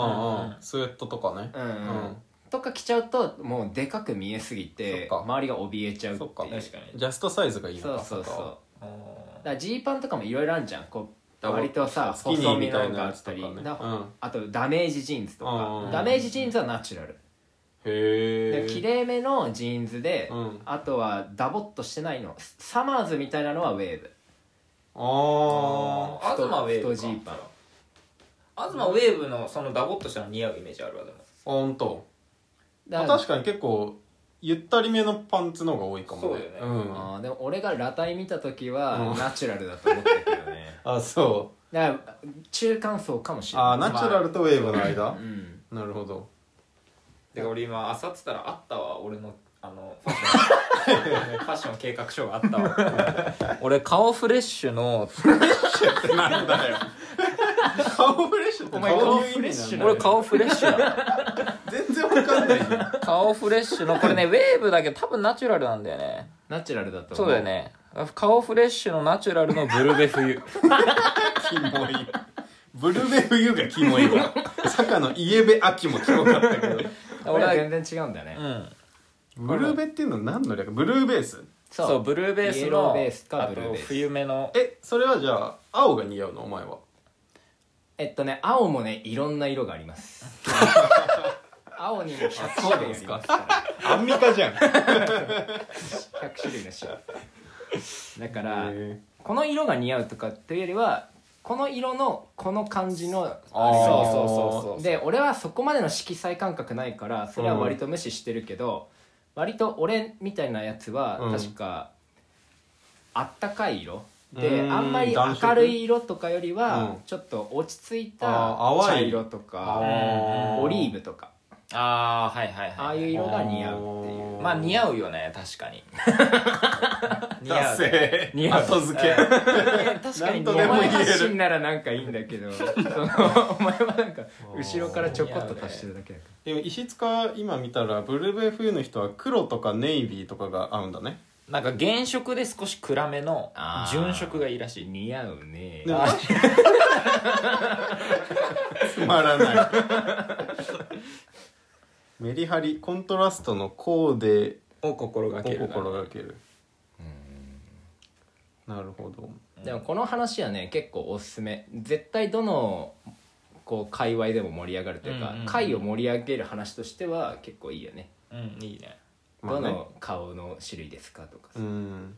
B: ああスウェットとかね
A: うん
B: う
A: うんとか着ちゃうともうでかく見えすぎて
B: そっか
A: 周りが怯えちゃうってい
B: そっか
A: う
E: 確かに
B: ジャストサイズがいいの
A: そう
B: か
A: そうそうだ
B: とか
A: からジーパンとかもいろいろあるじゃんこう
B: ダボ
A: 割とさ
B: スキニ
A: 細
B: ー
A: 身
B: みた
A: の
B: いな
A: があ
B: や
A: っ
B: つ
A: た
B: とか
A: り
B: ね
A: だ
B: うん
A: あとダメージジーンズと
B: う
A: か
B: ん
A: ダメージジーンズはナチュラル
B: へ
A: で
B: え
A: きれいめのジーンズで
B: うん
A: あとはダボっとしてないのサマーズみたいなのはウェーブ
B: ああ
E: あ東ウェーブ
A: 太ジーパン
E: 東ウェーブのそのダボっとしたの似合うイメージあるわでも
B: 本当
A: だ
B: あ
A: から
B: 確かに結構ゆったりめのパンツの方が多いかも
E: そうだよね
B: うん
A: あーでも俺が裸体見た時は
B: うん
A: ナチュラルだと思ってたけどね
B: あそ
A: だから中間層かもし
B: う
A: れない
B: あーナチュラルとウェーブの間
A: うん
B: なるほど
E: てか俺今あさってたらあったわ俺のあ のファッションファッション計画書があったわ 俺顔フレッシュの
B: なんだよ顔フレッシュって
A: お前
B: どう
A: 顔
B: いう意味
A: フレッシュなの
E: 俺顔フレッシュだ
B: 全然わかんないよ
E: 顔フレッシュのこれねウェーブだけど多分ナチュラルなんだよね
A: ナチュラルだと思う
E: そうだよね顔フレッシュのナチュラルのブルベ 冬
B: キモいブルベ冬がキモいわ坂のイエベ秋もキモかったけど
A: 俺
E: 俺
A: は
E: は
A: 全然違うんだよね、
E: うん
B: ブルベっていうのは何の略ブルーベース
A: そ
E: そうブルーベー
A: イ
E: ス
A: エロ
E: の
A: ーベースか
E: あ
A: ブルー
E: と
A: ベース
E: 冬目の
B: えそれはじゃあ青が似合うのお前は
A: えっとね青もねいろんな色があります 青にも100種類あります から
B: アンミカじゃん
A: 100種類の種類だからこの色が似合うとかというよりはこの色のこの感じのあれが似合
E: そううそうそうそう
A: で俺はそこまでの色彩感覚ないからそれは割と無視してるけど、割と俺みたいなやつは
B: うん
A: 確か、あったかい色で
B: うん
A: あんまり
B: 暖色
A: 明るい色とかよりは
B: うん
A: ちょっと落ち着いた
B: あー
A: 茶
B: 淡い
A: 色と
B: あ
A: か
B: ー
A: オリーブとか
E: ああはいはいはい
A: ああいう色が似合うっていう
B: あー
E: まあ似合うよね確かに似合
B: ダ
E: う
B: セ
A: 似
B: ー
A: 合う
B: 後付け
E: うん確かに
B: なんと
A: お
E: 似
B: でも
E: 合う
A: 前
B: 言える
A: 発信ならなんかいいんだけどそのお前はなんか後ろからちょこっと足してるだけだか
B: でも石塚今見たらブルーベイ冬の人は黒とかネイビーとかが合うんだね
E: なんか原色で少し暗めの
A: あー
E: 純色がいいらし
A: ら
E: い
A: 似合うね
B: でもつまら ないメリハリコントラストのコーデ
E: を心が
B: を
E: けるな
B: 心がけるなるほど
A: でもこの話はね結構おすすめ絶対どのこう界隈でも盛り上がるというか、
E: うんうんうん
A: 会を盛り上げる話としては結構いいよね
E: うんいいね
B: まあ
A: ど
B: ね
A: の顔の種類ですかとかさ、
B: うん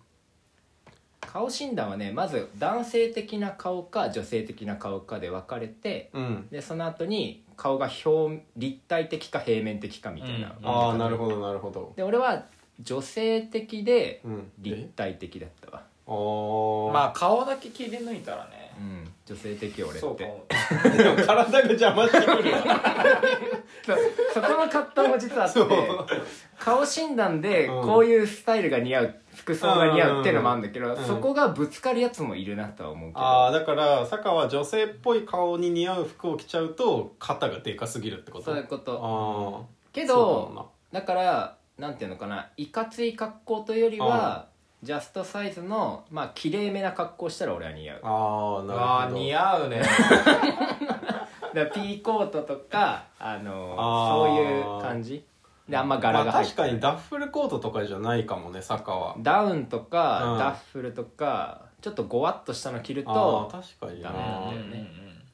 A: 顔診断はねまず男性的な顔か女性的な顔かで分かれて
B: うん
A: でその後に顔が表立体的か平面的かみたいな、
E: うん
B: ああなるほどなるほど
A: で俺は女性的で
B: うん
A: 立体的だったわ、
B: あー
E: まあ顔だけ切り抜いたらね
A: うん、女性的俺って
E: そうか
A: そ
E: も
B: でも体が邪魔してくるわ
A: そこの葛藤も実はあって
B: そう
A: 顔診断で
B: うん
A: こういうスタイルが似合う服装が似合うっていうのもあるんだけど、
B: うん
A: そこがぶつかるやつもいるなとは思うけど
B: ああだから坂は女性っぽい顔に似合う服を着ちゃうと肩がでかすぎるってこと
A: そういうこと
B: ああ
A: け
B: そうか
A: ど
B: も
A: だからなんていうのかないかつい格好というよりはジャストサイズのまあ綺麗めな格好をしたら俺は似合うだか
B: なああなるほど
E: あー似合うね
A: らピーコートとかあの
B: あー
A: そういう感じであんま柄が
B: まあ、
A: 入っ
B: 確
A: てな
B: か
A: い
B: にダッフルコートとかじゃないかもね坂は
A: ダウンとか、
B: うん
A: ダッフルとかちょっとごわっとしたの着る
B: あ
A: と
B: あ確かに
A: ダメなんだよ
B: な
A: ね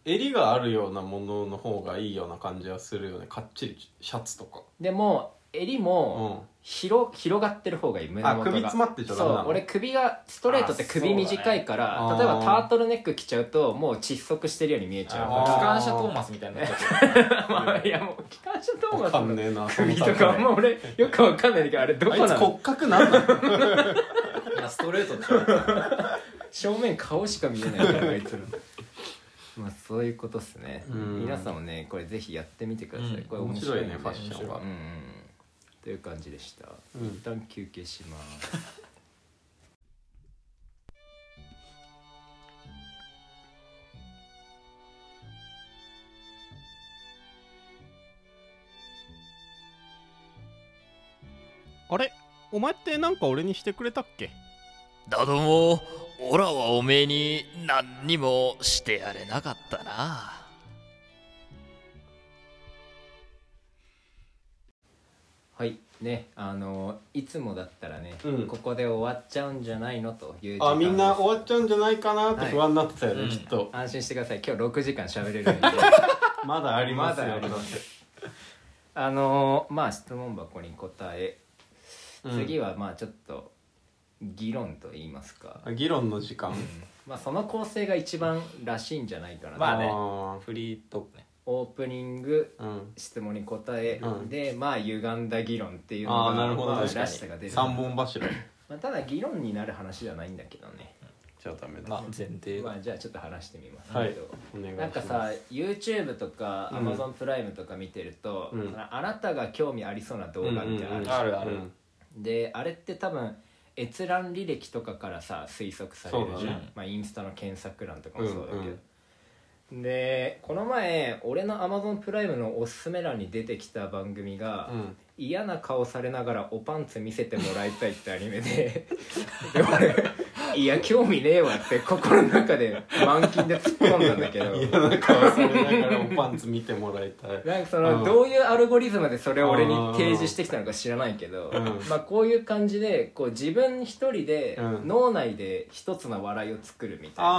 B: 襟があるようなものの方がいいような感じはするよねかっちりシャツとか
A: でも襟
B: う
A: も
B: ん
A: 広広がってる方がいい胸
B: あ
A: 元が
B: 首詰まってちゃダメな
A: そ
B: の
A: う俺首がストレートって首短いから、
B: あそうだね
A: 例えば
B: あー
A: タートルネック着ちゃうともう窒息してるように見えちゃう
E: 機
B: あ
A: か
E: 関車トーマスみたいになっちゃって
A: らま あいやもう機関車トー
B: わ
A: マス
B: かん
A: の
B: ねえな
A: 首と
B: その
A: か
B: 例え
A: もう俺よくわかんないんだけどあれどこ
B: あいつ
A: なの
B: 骨格なんだ
E: るいやストレートって言われた
A: 正面顔しか見えないからあいつ のまあそういうことっすね、
B: うん
A: 皆さんもねこれぜひやってみてください、
E: うん
A: これ面白いんで
B: 面白いねファッションは
A: うんうんうんという感じでした、
B: うん
A: 一旦休憩します
B: あれお前ってなんか俺にしてくれたっけ
F: だどもオラはおめえに何にもしてやれなかったな
A: はいねあのいつもだったらね、
B: うん
A: ここで終わっちゃうんじゃないのという時間
B: あみんな
A: です
B: 終わっちゃうんじゃないかなって不安になってたよね、
E: はい
B: きっと
A: 安心してください今日6時間喋れるんで
B: ま だありますよ
A: まだありますあのまあ質問箱に答え次
B: は、
A: はまあちょっと議論と言いますか、
B: うん議論の時間
A: まあその構成が一番らしいんじゃないかなと、
E: まあね
B: あ
E: フリートークね
A: オープニング
B: ーうん
A: 質問に答え、
B: うん
A: でまあ歪んだ議論っていうの
B: あ
A: が
B: あなるほど
A: まあ
B: 確からに
A: しさが出る
B: 三本柱
A: まあ、ただ議論になる話じゃないんだけどね、
B: じゃあダメだ、
E: まあ前提
A: まあじゃあちょっと話してみます
B: はい
A: けど
B: お願いします
A: なんかさ YouTube とか
B: うん
A: Amazon プライムとか見てると、
B: うん
A: あなたが興味ありそうな動画みたいなのあるじゃん
E: あるある
A: であれって多分閲覧履歴とかからさ推測される
B: そう
A: じゃ
B: だ
A: ん、
E: ね
A: まあ、インスタの検索欄とかもそうだけど、
B: うん
A: でこの前俺の Amazon プライムのおすすめ欄に出てきた番組が、
B: うん
A: 嫌な顔されながらおパンツ見せてもらいたいってア ニメでで俺いや興味ねえわって心の中で満金で突っ込んだんだけど
B: 嫌な顔されながらおパンツ見てもらいたい
A: なんかそうの
B: ん
A: どういうアルゴリズムでそれを俺に提示してきたのか知らないけど、
B: うん
A: まあこういう感じでこう自分一人で
B: うん
A: 脳内で一つの笑いを作るみたいな、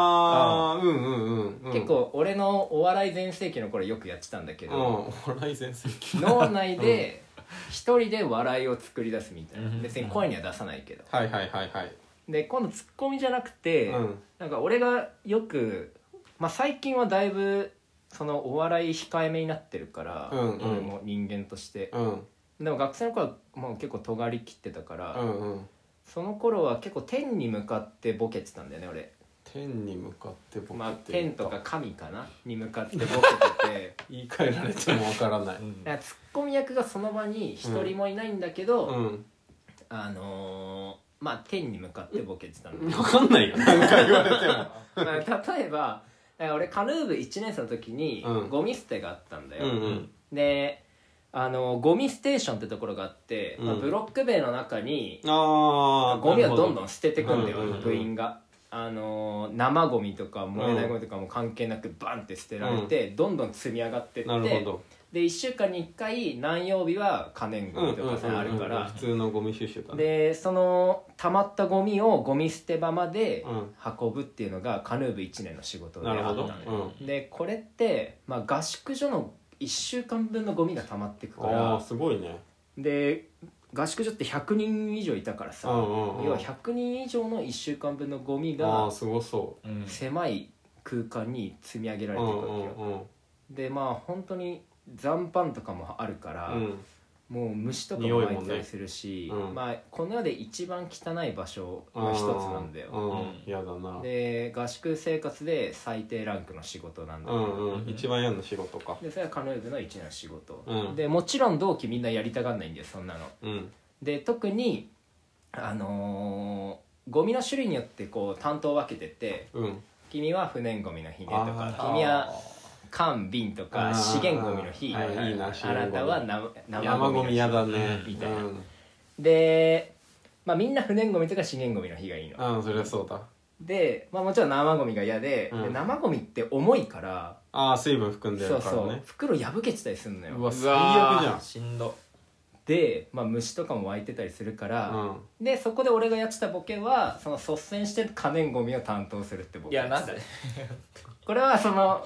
B: あーうんうんうん
A: 結構俺のお笑い全盛期の頃よくやってたんだけ
B: うん
A: ど、
B: お笑い先生
A: 脳内で一人で笑いを作り出すみたいな
E: うん
A: 別に声には出さないけど
B: はいはいはいはい
A: で今度ツッコミじゃなくて、
B: うん
A: なんか俺がよく、まあ、最近はだいぶそのお笑い控えめになってるから、
B: うんうん
A: 俺も人間として。
B: うん
A: でも学生の頃はもう結構尖り切ってたから、
B: うんうん
A: その頃は結構天に向かってボケてたんだよね俺
B: 天に向かって僕
A: まあ天とか神かなに向かってボケてて
B: 言い換えられてもわからない、
A: だからツッコミ役がその場に一人もいないんだけど、
B: うん、
A: あのーまあ天に向かってボケてたの、
B: わかんないよ何回言われても
A: まあ 例えばだから俺カヌー部1年生の時に
B: うん
A: ゴミ捨てがあったんだよ、
B: うんうん
A: であのゴミステーションってところがあって、まあ
B: うん
A: ブロック塀の中に
B: ああ
A: ゴミをどんど
B: ん
A: ん捨ててくんだよ、
B: うんうんうん
A: 部員が。あのー生ゴミとか燃えないゴミとかも関係なくバンって捨てられて、どんどん積み上がってって
B: なるほど
A: で1週間に1回何曜日は可燃ゴミとかさ、あるか
B: うんうんうん
A: ら
B: 普、通のゴミ収集だね
A: でその溜まったゴミをゴミ捨て場まで
B: うん
A: 運ぶっていうのがカヌー部1年の仕事であ
B: な
A: っ
B: る
A: た
B: ほ
A: の
B: ど、
A: よ
B: うん、
A: でこれって、まあ、合宿所の1週間分のゴミが溜まってくか
B: ああ
A: ら
B: すごいね
A: で合宿所って100人以上いたからさ、
B: うんうんうん
A: 要は100人以上の1週間分のゴミ
B: ああ
A: が
B: ーすごそ
E: うん
A: 狭い空間に積み上げら
B: うう
A: れていく
B: ん
A: わけ
B: う
A: よ、
B: んうん
A: でまあ本当に残飯とかもあるから、
B: うん
A: もう虫とかも
B: 匂いもね
A: 入ったりするし、
B: うん
A: まあ、この世で一番汚い場所
B: あ
A: の
B: ー
A: 一つなんだよ、
B: うんやだな
A: で合宿生活で最低ランクの仕事なんだ
B: う
A: けど、
B: んうん一番嫌な仕事か
A: でそれはカヌー部の一年の仕事、
B: うん
A: でもちろん同期みんなやりたがんないんだよそんなの
B: うん
A: で特にあのーゴミの種類によってこう担当を分けてて
B: うん
A: 君は不燃ゴミの日ねとか
B: あー
A: 君は缶瓶とか
B: あー
A: 資源ゴミの日
B: はいはいいいな資
A: あな
B: 源ゴミ
A: たは生
B: 山ゴミ
A: の
B: 嫌
A: 日
B: だね
A: みたいな
B: うん
A: で、まあ、みんな不燃ゴミとか資源ゴミの日がいいの
B: うんそりゃそうだ
A: で、まあ、もちろん生ゴミが嫌で,、
B: うん
A: で生ゴミって重いから
B: ああ水分含んでる
A: そう
B: から
A: そう
B: ね
A: 袋破けてたりするのよ
B: うわ最悪じゃん
E: しんど
A: で、まあ、虫とかも湧いてたりするから、でそこで俺がやってたボケはその率先して可燃ゴミを担当するってボ
E: い
A: ケ
E: やなんだ
A: これはその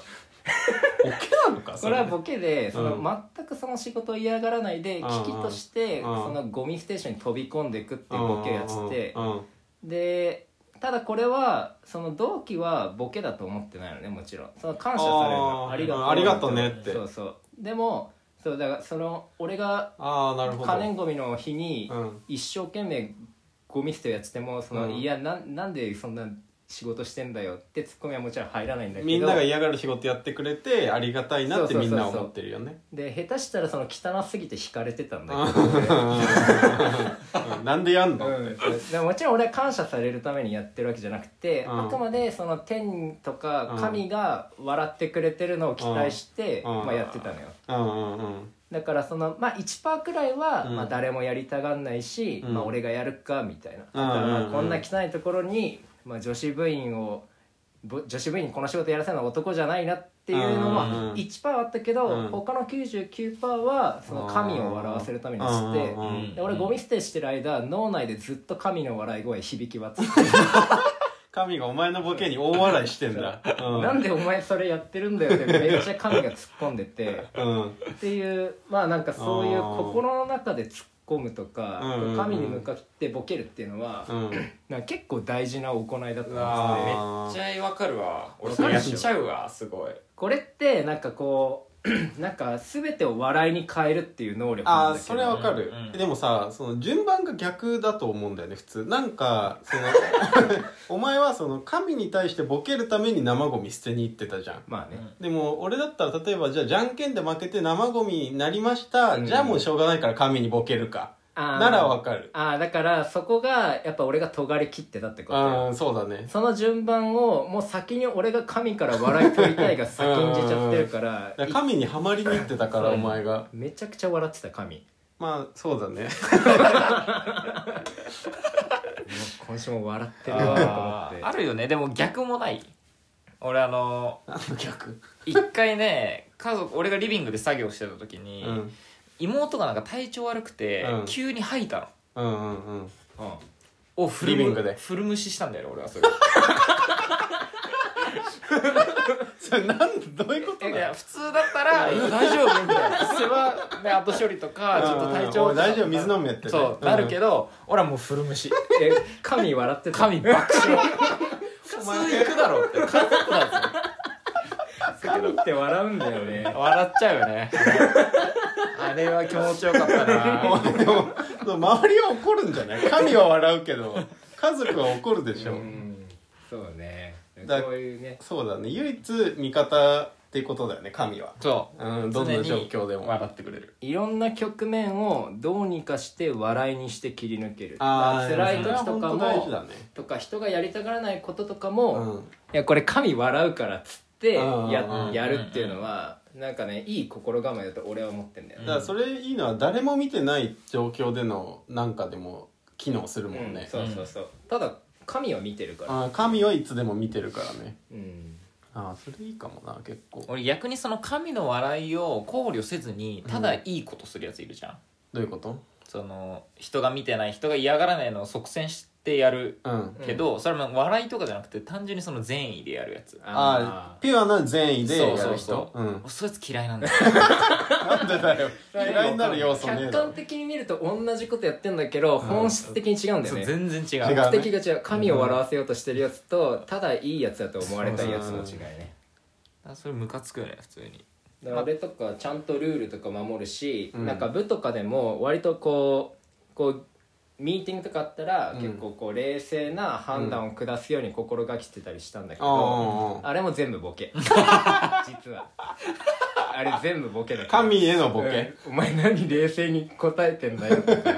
B: ボケなのか
A: これはボケでその、
B: う
A: 全くその仕事を嫌がらないで
B: ん
A: 危機として、
B: うん
A: そのゴミステーションに飛び込んでいくっていうボケをやってて
B: うんうん
A: でただこれはその同期はボケだと思ってないのねもちろんその感謝されるの
B: あー
A: ありがとう
B: うんありがとうねって
A: そうそうでもそうだからその俺が
B: ああなるほど
A: 可燃ゴミの日に、
B: うん
A: 一生懸命ゴミ捨てをやっててもその、
B: うん
A: いやななんでそんな仕事してんだよってツッコミはもちろん入らないんだけど
B: みんなが嫌がる仕事やってくれてありがたいなっ
A: そう
B: て
A: そう
B: み
A: そうんそう
B: な思ってるよね
A: で下手したらその汚すぎて惹かれてたんだけど、
B: うんなんでやんの
A: うん、でももちろん俺は感謝されるためにやってるわけじゃなくて、
B: うん
A: あくまでその天とか神が笑ってくれてるのを期待して、
B: うんうん
A: まあ、やってたのよ
B: うんうんうん
A: だからその、まあ、1%くらいは、
B: うん
A: まあ、誰もやりたがんないし、
B: うん
A: まあ、俺がやるかみたいな、だか
B: うん
A: らまあ
B: うんうん
A: こんな汚いところに、まあ、女子部員をぼ女子部員にこの仕事やらせるのは男じゃないなっていうの
B: うんうんう
A: は
B: ん
A: 1%あったけど、
B: うん
A: 他の99%はその神を笑わせるために吸って。
B: うんうんうん
E: ん
A: で俺ゴミ捨てしてる間脳内でずっと神の笑い声響き渡って
B: 神がお前のボケに大笑いしてんだうん
A: なんでお前それやってるんだよってめっちゃ神が突っ込んでて
B: うん
A: っていうまあなんかそういう
B: あー
A: 心の中で突っ込むとか、
B: うんうんうん
A: 神に向かってボケるっていうのは、
B: うん
A: なんか結構大事な行いだと思うんですよ
B: う
A: ね
B: わー
E: めっちゃわかるわ俺それやっちゃうわすごい
A: これってなんかこう なんか全てを笑いに変えるっていう能力な
B: あ
A: ん
B: ー
A: だけ
B: そ
A: ど
B: れはわかる、
E: うん
B: でもさその順番が逆だと思うんだよね普通なんかその お前はその神に対してボケるために生ゴミ捨てに行ってたじゃん
A: まあね、
B: でも俺だったら例えばじゃあじゃんけんで負けて生ゴミになりました、
A: うん
B: じゃあもうしょうがないから神にボケるか
A: あー
B: ならわかる
A: あーだからそこがやっぱ俺が尖り切ってたってことよ
B: うんそうだね
A: その順番をもう先に俺が神から笑い取りたいが先んじちゃってるから
B: だから神にはまりに行ってたから
A: う
B: お
A: ん
B: 前が
A: めちゃくちゃ笑ってた神
B: まあそうだね
A: 今週も笑ってるわと思
E: あ
A: って
E: ーあるよねでも逆もない俺あの
B: あの逆
E: 一回ね家族俺がリビングで作業してた時
B: う
E: に、
B: ん
E: 妹がなんか体調悪くて、
B: うん
E: 急に吐いたの
B: うんうんうん
A: うん
E: をフルム
B: リビングで
E: フル無視したんだよね俺は それ
B: それなんどういうこと
E: い
B: だ
E: や普通だったら「いや大丈夫?」みたいな世話、ね、後処理とかちょっと体調
B: うんうんおい大丈夫水飲めってね
E: そう、なるけど俺はもうフル 無視
A: え神笑ってた
E: 神爆笑普通行くだろうって家族だぞ
A: 神って笑うんだよね
E: 笑っちゃうよね あれは気持ちよかった
B: も
E: な
B: う でも周りは怒るんじゃない神は笑うけど家族は怒るでしょ、
A: うんそうね
B: だ
A: そういうね
B: そうだね唯一味方ってことだよね神は
E: そう
B: うんどんな状況でも
E: 笑ってくれる
A: いろんな局面をどうにかして笑いにして切り抜ける
B: あー
A: 辛い時とか
B: それは本当大事
A: も
B: だね
A: とか人がやりたがらないこととかも、
B: う
A: い
B: ん
A: やこれ神笑うからっつって
B: うん
A: や
B: うん
A: やるっていうのはなんかねいい心構えだと俺は思ってんだよね
B: だからそれいいのは誰も見てない状況でのなんかでも機能するもん
A: うん
B: ね、
A: そうそうそうただ神は見てるから
B: あー神はいつでも見てるからね
A: うん
B: ああそれいいかもな結構
E: 俺逆にその神の笑いを考慮せずにただいいことするやついるじゃん、
B: どういうこと
E: その人が見てない人が嫌がらないのを即戦してやる
B: うん
E: けど、それも笑いとかじゃなくて単純にその善意でやるやつ
B: ああ
A: ー
B: ピュアな善意でやる人
E: そうそう
B: う、ん、
E: そいつ嫌いなんだよ
B: なんでだよ嫌いになる要素ねえ
A: 客
B: だろ
A: 観的に見ると同じことやってんだけど本質的に違うんだ
E: そ
A: よ
E: う
A: ね
E: 全然違う
B: 違
A: 目
B: う
A: 的が違う神を笑わせようとしてるやつとただいいやつだと思われたいやつの違いね
E: あそれムカつくよね普通に
A: だから俺とかちゃんとルールとか守るし、
B: うん
A: なんか部とかでも割とこうこうミーティングとかあったら
B: うん
A: 結構こう冷静な判断を下すように心がけてたりしたんだけど、
B: ああ
A: あれも全部ボ ケ実はあれ全部ボケだから
B: 神へのボケ、
A: うんお前何冷静に答えてんだよとか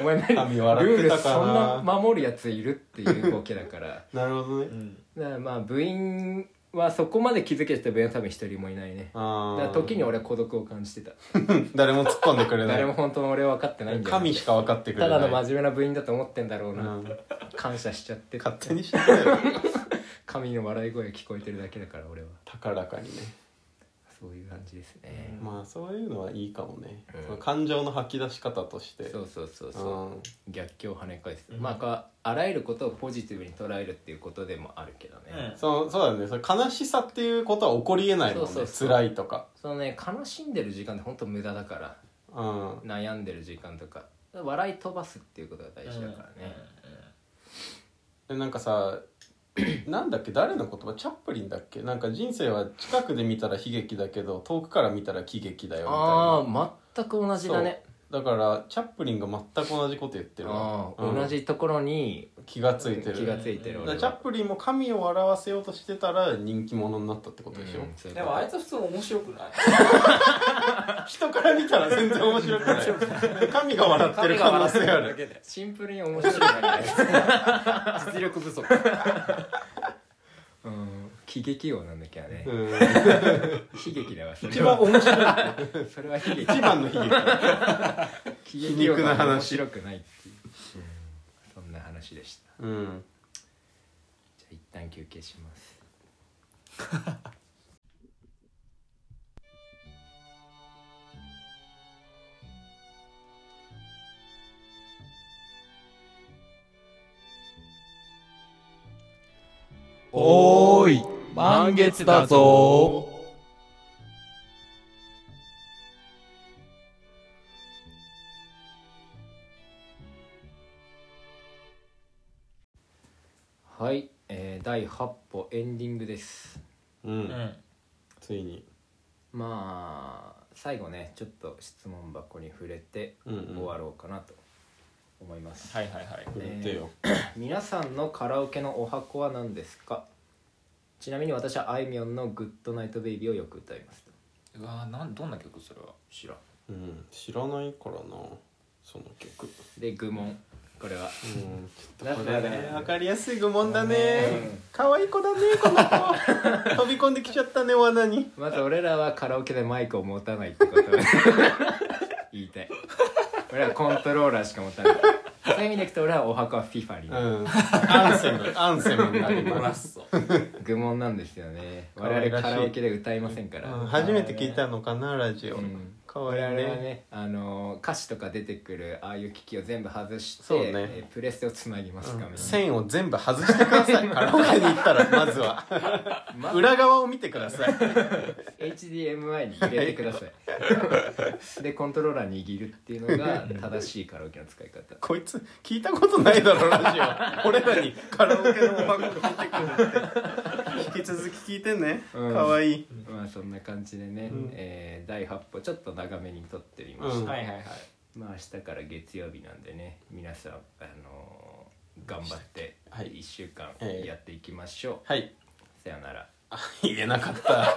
A: お前何
B: 神
A: ル
B: 笑っ
A: ー
B: て
A: ル
B: たかな
A: そんな守るやついるっていうボケだからだか
B: なるほどね、
A: らまあ部員はそこまで気づけてた部員は多分一人もいないねだから
B: ああ
A: 時に俺は孤独を感じてた
B: 誰も突っ込んでくれない
A: 誰も本当の俺は分かってないんだよ
B: 神しか分かってくれな
A: た
B: い
A: だの真面目な部員だと思ってんだろうな、
B: うん
A: 感謝しちゃって
B: 勝手にしてく れよ
A: 神の笑い声が聞こえてるだけだから俺は
B: 高らかにね
A: そういう感じですね、
B: まあそういうのはいいかもね、
A: うん
B: その感情の吐き出し方として
A: そうそうそうそう、
B: ん
A: 逆境を跳ね返す、まあかあらゆることをポジティブに捉えるっていうことでもあるけどね、
B: そのそうだねその悲しさっていうことは起こりえないもんね
A: そうそうそう
B: 辛いとか
A: そのね悲しんでる時間って本当無駄だから
B: うん
A: 悩んでる時間とか笑い飛ばすっていうことが大事だからね、
B: でなんかさ なんだっけ誰の言葉チャップリンだっけなんか人生は近くで見たら悲劇だけど遠くから見たら喜劇だよみたいな
A: ああ全く同じだね
B: だからチャップリンが全く同じこと言ってる
A: あ
B: わ
A: あ、
B: うん
A: 同じところに
B: 気がついてる
A: 気がついてる
B: だか
A: 俺
B: ら
A: は
B: チャップリンも神を笑わせようとしてたら人気者になったってことでしょ、
A: うんそういう
E: で
A: こと
E: もあいつ普通面白くない
B: 人から見たら全然面白 くない神が笑ってる可能性ある
E: けで
A: シンプルに面白いだけ だよ
E: 実力不足
A: うん喜劇王なんだけどね、
B: うん
A: 悲劇だわそ
B: 一
A: れ
B: 番
A: は
B: 面白 い
A: それは悲劇
B: 一番の悲劇
A: 喜劇王
B: 皮肉な
A: が面
B: 話
A: 白くないっていう、うんそんな話でした
B: うん
A: じゃあ一旦休憩します
C: おーい満月だぞ
A: はい、えー第8歩エンディングです
B: う
E: うんん
B: ついに
A: まあ最後ねちょっと質問箱に触れて
B: うんうん
A: 終わろうかなと思います、
E: はいはいはい
B: くれてよ
A: 皆さんのカラオケのお箱は何ですかちなみに私はあいみょんの「グッドナイトベイビー」をよく歌います
E: うわなんどんな曲それは
A: 知らん
B: うん知らないからなその曲
A: で愚問これは
B: うんち
A: ょっとこれね
B: わかりやすい愚問だね可愛い子だねこの子 飛び込んできちゃったね罠に
A: まず俺らはカラオケでマイクを持たないってこと 言いたい俺はコントローラーしか持たないそういう意味でいくと俺はお箱は FIFA に
B: う
A: なる
B: んアンセムアンセムになります
E: すぞ
A: 愚問なんですよね
B: 可
A: 我
B: 愛ら
A: 々
B: しい
A: カラオケで歌いませんから、
B: うん初めて聞いたのかなラジオ
A: うん
B: 可
A: 我
B: 愛い
A: 々は
B: ね
A: ね、あのー歌詞とか出てくるああいう機器を全部外して、
B: そう
A: え
B: ね
A: ープレステをつなぎます画面に
B: 線を全部外してくださいカラオケに行ったらまず は
A: まず
B: 裏側を見てください
A: HDMI に入れてくださいでコントローラー握るっていうのが正しいカラオケの使い方
B: こいつ聞いたことないだろラジオ俺らにカラオケのお箱見てくるって引き続き聞いてね
A: うん
B: 可愛い
A: まあそんな感じでね、
B: うん
A: えー第8歩ちょっと長めに撮ってみま
B: う
A: し
B: ん
A: た、
E: はいはいはい
A: まあ明日から月曜日なんでね皆さん、あのー頑張って
B: はい
A: 1週間
B: ええ
A: やっていきましょう、
B: はい
A: さよなら
B: 言えなかった